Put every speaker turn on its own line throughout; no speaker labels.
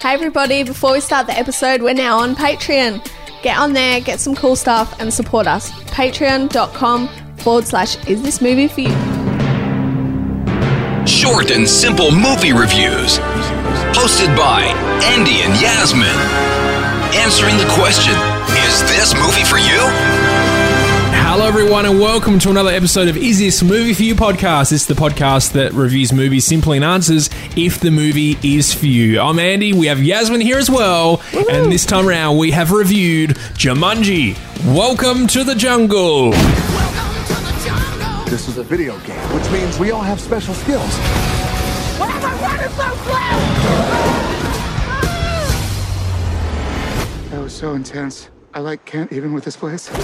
Hey everybody, before we start the episode, we're now on Patreon. Get on there, get some cool stuff, and support us. Patreon.com forward slash is this movie for you.
Short and simple movie reviews. Hosted by Andy and Yasmin. Answering the question Is this movie for you?
Hello, everyone, and welcome to another episode of Is This Movie for You podcast. It's the podcast that reviews movies simply and answers if the movie is for you. I'm Andy, we have Yasmin here as well, and this time around we have reviewed Jumanji Welcome to the Jungle.
This is a video game, which means we all have special skills.
That was so intense. I like Kent even with this place.
Watch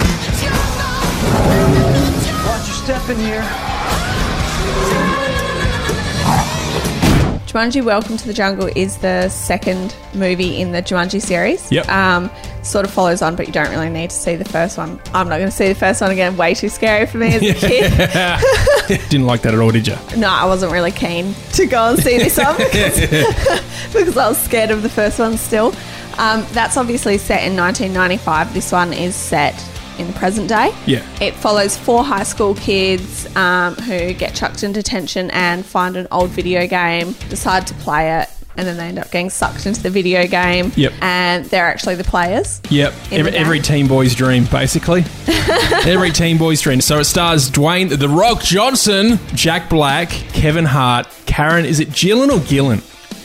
your step in here.
Jumanji Welcome to the Jungle is the second movie in the Jumanji series.
Yep.
Um, sort of follows on, but you don't really need to see the first one. I'm not going to see the first one again. Way too scary for me as a kid.
Didn't like that at all, did you?
No, I wasn't really keen to go and see this one because, because I was scared of the first one still. Um, that's obviously set in 1995. This one is set in present day.
Yeah.
It follows four high school kids um, who get chucked in detention and find an old video game, decide to play it, and then they end up getting sucked into the video game.
Yep.
And they're actually the players.
Yep.
In
Every,
the back.
every teen boy's dream, basically. every teen boy's dream. So it stars Dwayne The Rock Johnson, Jack Black, Kevin Hart, Karen. Is it Gillen or Gillen?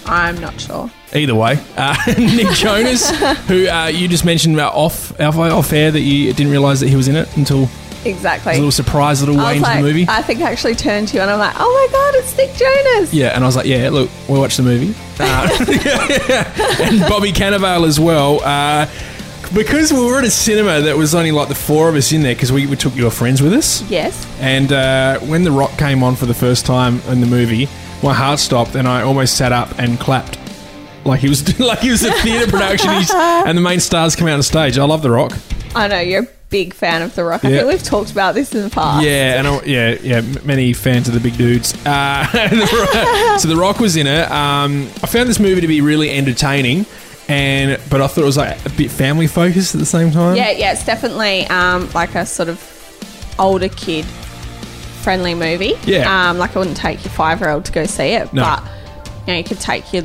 I'm not sure.
Either way, uh, Nick Jonas, who uh, you just mentioned uh, off off off air that you didn't realize that he was in it until
Exactly.
a little surprise, little
I
way
was
into
like,
the movie.
I think I actually turned to you and I'm like, oh my god, it's Nick Jonas.
yeah, and I was like, yeah, look, we'll watch the movie. Uh, and Bobby Cannavale as well. Uh, because we were at a cinema that was only like the four of us in there because we, we took your friends with us.
Yes.
And uh, when The Rock came on for the first time in the movie, my heart stopped and I almost sat up and clapped. Like he was like he was a theatre production he's, and the main stars come out on stage. I love The Rock.
I know you're a big fan of The Rock. I
Yeah.
think we've talked about this in the past.
Yeah, and I, yeah, yeah. m- Many fans of the big dudes. Uh, The Rock- so The Rock was in it. Um, I found this movie to be really entertaining, and but I thought it was like a bit family focused at the same time.
yeah, yeah, It's definitely um, like a sort of older kid friendly movie.
Yeah.
Um, like I wouldn't take your five year old to go see it,
No.
but you know you could take your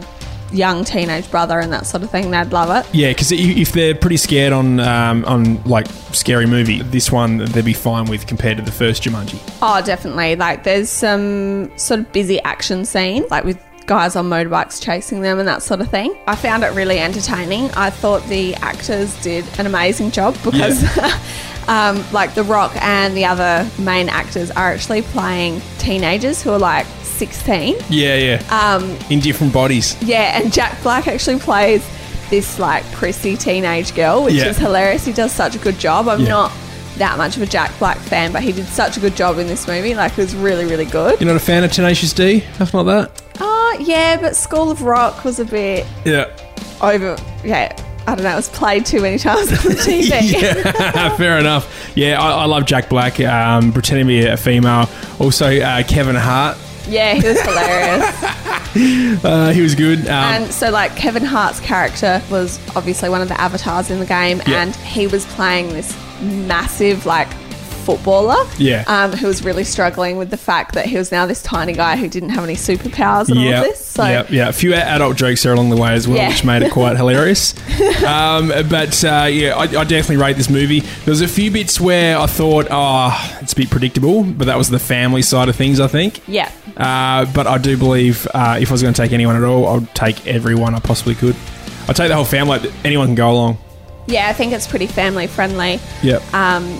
young teenage brother and that sort of thing. They'd love it.
Yeah, because if they're pretty scared on um, on like scary movie, this one they'd be fine with compared to the first Jumanji.
Oh, definitely. Like there's some sort of busy action scenes, like with guys on motorbikes chasing them and that sort of thing. I found it really entertaining. I thought the actors did an amazing job because. Um, like The Rock and the other main actors are actually playing teenagers who are like 16.
Yeah, yeah. Um, in different bodies.
Yeah, and Jack Black actually plays this like prissy teenage girl, which
Yeah.
is hilarious. He does such a good job. I'm
Yeah.
not that much of a Jack Black fan, but he did such a good job in this movie. Like, it was really, really good.
You're not a fan of Tenacious D? Nothing like that.
Oh, yeah, but School of Rock was a bit
Yeah.
over. Yeah, I don't know. It was played too many times on the TV.
yeah, fair enough. Yeah, I, I love Jack Black um, pretending to be a female. Also, uh, Kevin Hart,
yeah, he was hilarious.
Um, uh, he was good. Um,
And so, like, Kevin Hart's character was obviously one of the avatars in the game,
Yeah.
and he was playing this massive, like, footballer.
Yeah.
Um, who was really struggling with the fact that he was now this tiny guy who didn't have any superpowers and all
yeah,
of this. So,
yeah, yeah. A few a- adult jokes there along the way as well,
Yeah.
which made it quite hilarious. Um, but uh, yeah, I, I definitely rate this movie. There was a few bits where I thought, oh, it's a bit predictable, but that was the family side of things, I think.
yeah.
Uh, but I do believe uh, if I was going to take anyone at all, I'd take everyone I possibly could. I'd take the whole family. Anyone can go along.
Yeah, I think it's pretty family friendly.
Yep.
Um,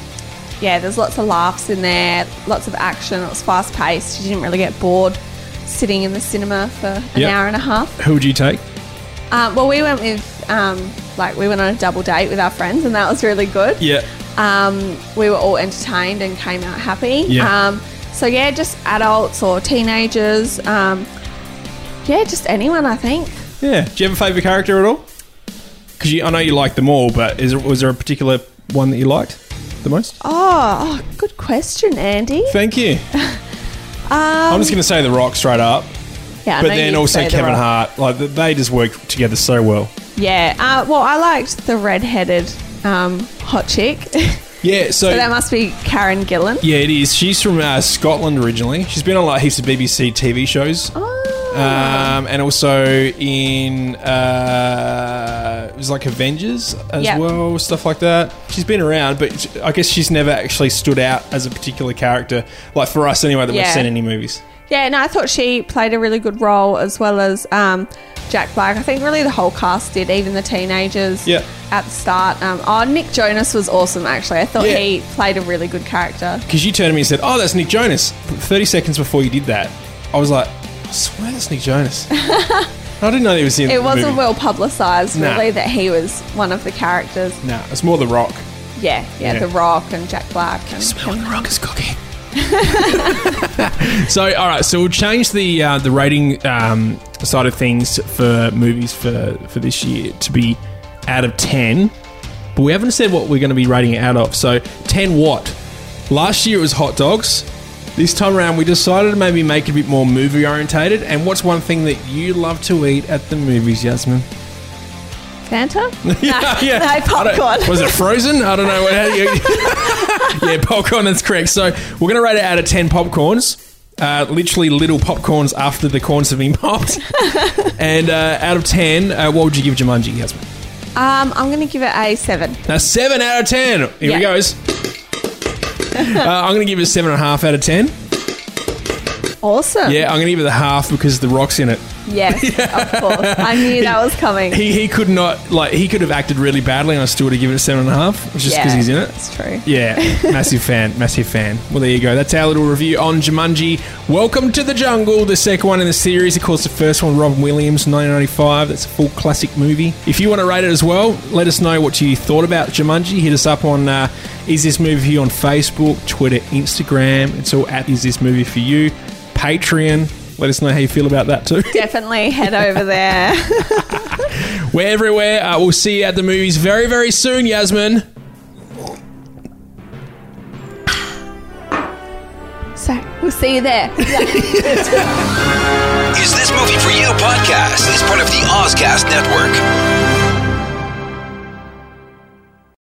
yeah, there's lots of laughs in there, lots of action. It was fast paced. You didn't really get bored sitting in the cinema for an
Yep.
hour and a half.
Who would you take?
Um, well, we went with um, like we went on a double date with our friends, and that was really good.
Yeah.
Um, we were all entertained and came out happy.
Yeah.
Um, so yeah, just adults or teenagers. Um, yeah, just anyone. I think.
Yeah. Do you have a favourite character at all? Because I know you like them all, but is there, was there a particular one that you liked the most?
Oh, oh, good question, Andy.
Thank you. I'm just going to say The Rock straight up.
Yeah, Um,
but
I know
then
you'd
also
say The
Kevin
Rock.
Hart, like th- they just work together so well.
Yeah. Uh, well, I liked the redheaded um, hot chick.
Yeah, so,
so that must be Karen Gillan.
yeah, it is. She's from uh, Scotland originally. She's been on like heaps of BBC TV shows,
Oh.
um, and also in uh, it was like Avengers as
Yep.
well, stuff like that. She's been around, but sh- I guess she's never actually stood out as a particular character, like for us anyway, that we've
Yeah.
seen any movies.
Yeah, no, I thought she played a really good role as well as um, Jack Black. I think really the whole cast did, even the teenagers
Yeah.
at the start. Um, oh, Nick Jonas was awesome, actually. I thought
Yeah.
he played a really good character.
Because you turned to me and said, "Oh, that's Nick Jonas." Thirty seconds before you did that, I was like, "I swear that's Nick Jonas." I didn't know he was in.
It
the
wasn't
movie.
well publicised,
Nah.
really, that he was one of the characters.
Nah, it's more The Rock.
Yeah, yeah,
Yeah.
The Rock and Jack Black. And Kevin Hart.
is cooking.
So, all right. So we'll change the uh, the rating um, side of things for movies for for this year to be out of ten, but we haven't said what we're going to be rating it out of. So, ten what? Last year it was hot dogs. This time around, we decided to maybe make it a bit more movie orientated. And what's one thing that you love to eat at the movies, Yasmin?
Fanta?
yeah, yeah.
no,
I don't-
popcorn.
Was it frozen? I don't know. How you- yeah, popcorn. That's correct. So we're going to rate it out of ten popcorns. Uh, literally little popcorns after the corns have been popped. and uh, out of ten, uh, what would you give Jumanji, Yasmin?
Um, I'm going to give it a seven.
Now seven out of ten. Here
Yeah.
he goes. Uh, I'm going to give it seven and a half out of ten.
Awesome.
Yeah, I'm going to give it the half because the rock's in it.
Yes, of course. I knew that was coming.
He he could not like he could have acted really badly, and I still would have given it seven and a half just because
Yeah,
he's in it.
That's true.
Yeah, massive fan, massive fan. Well, there you go. That's our little review on Jumanji. Welcome to the Jungle, the second one in the series. Of course, the first one, Robin Williams, 1995. That's a full classic movie. If you want to rate it as well, let us know what you thought about Jumanji. Hit us up on uh, Is This Movie For You on Facebook, Twitter, Instagram. It's all at Is This Movie For You. Patreon. Let us know how you feel about that too.
Definitely head over there.
We're everywhere. Uh, we'll see you at the movies very, very soon, Yasmin.
So we'll see you there.
Is This Movie For You podcast is part of the Ozcast Network.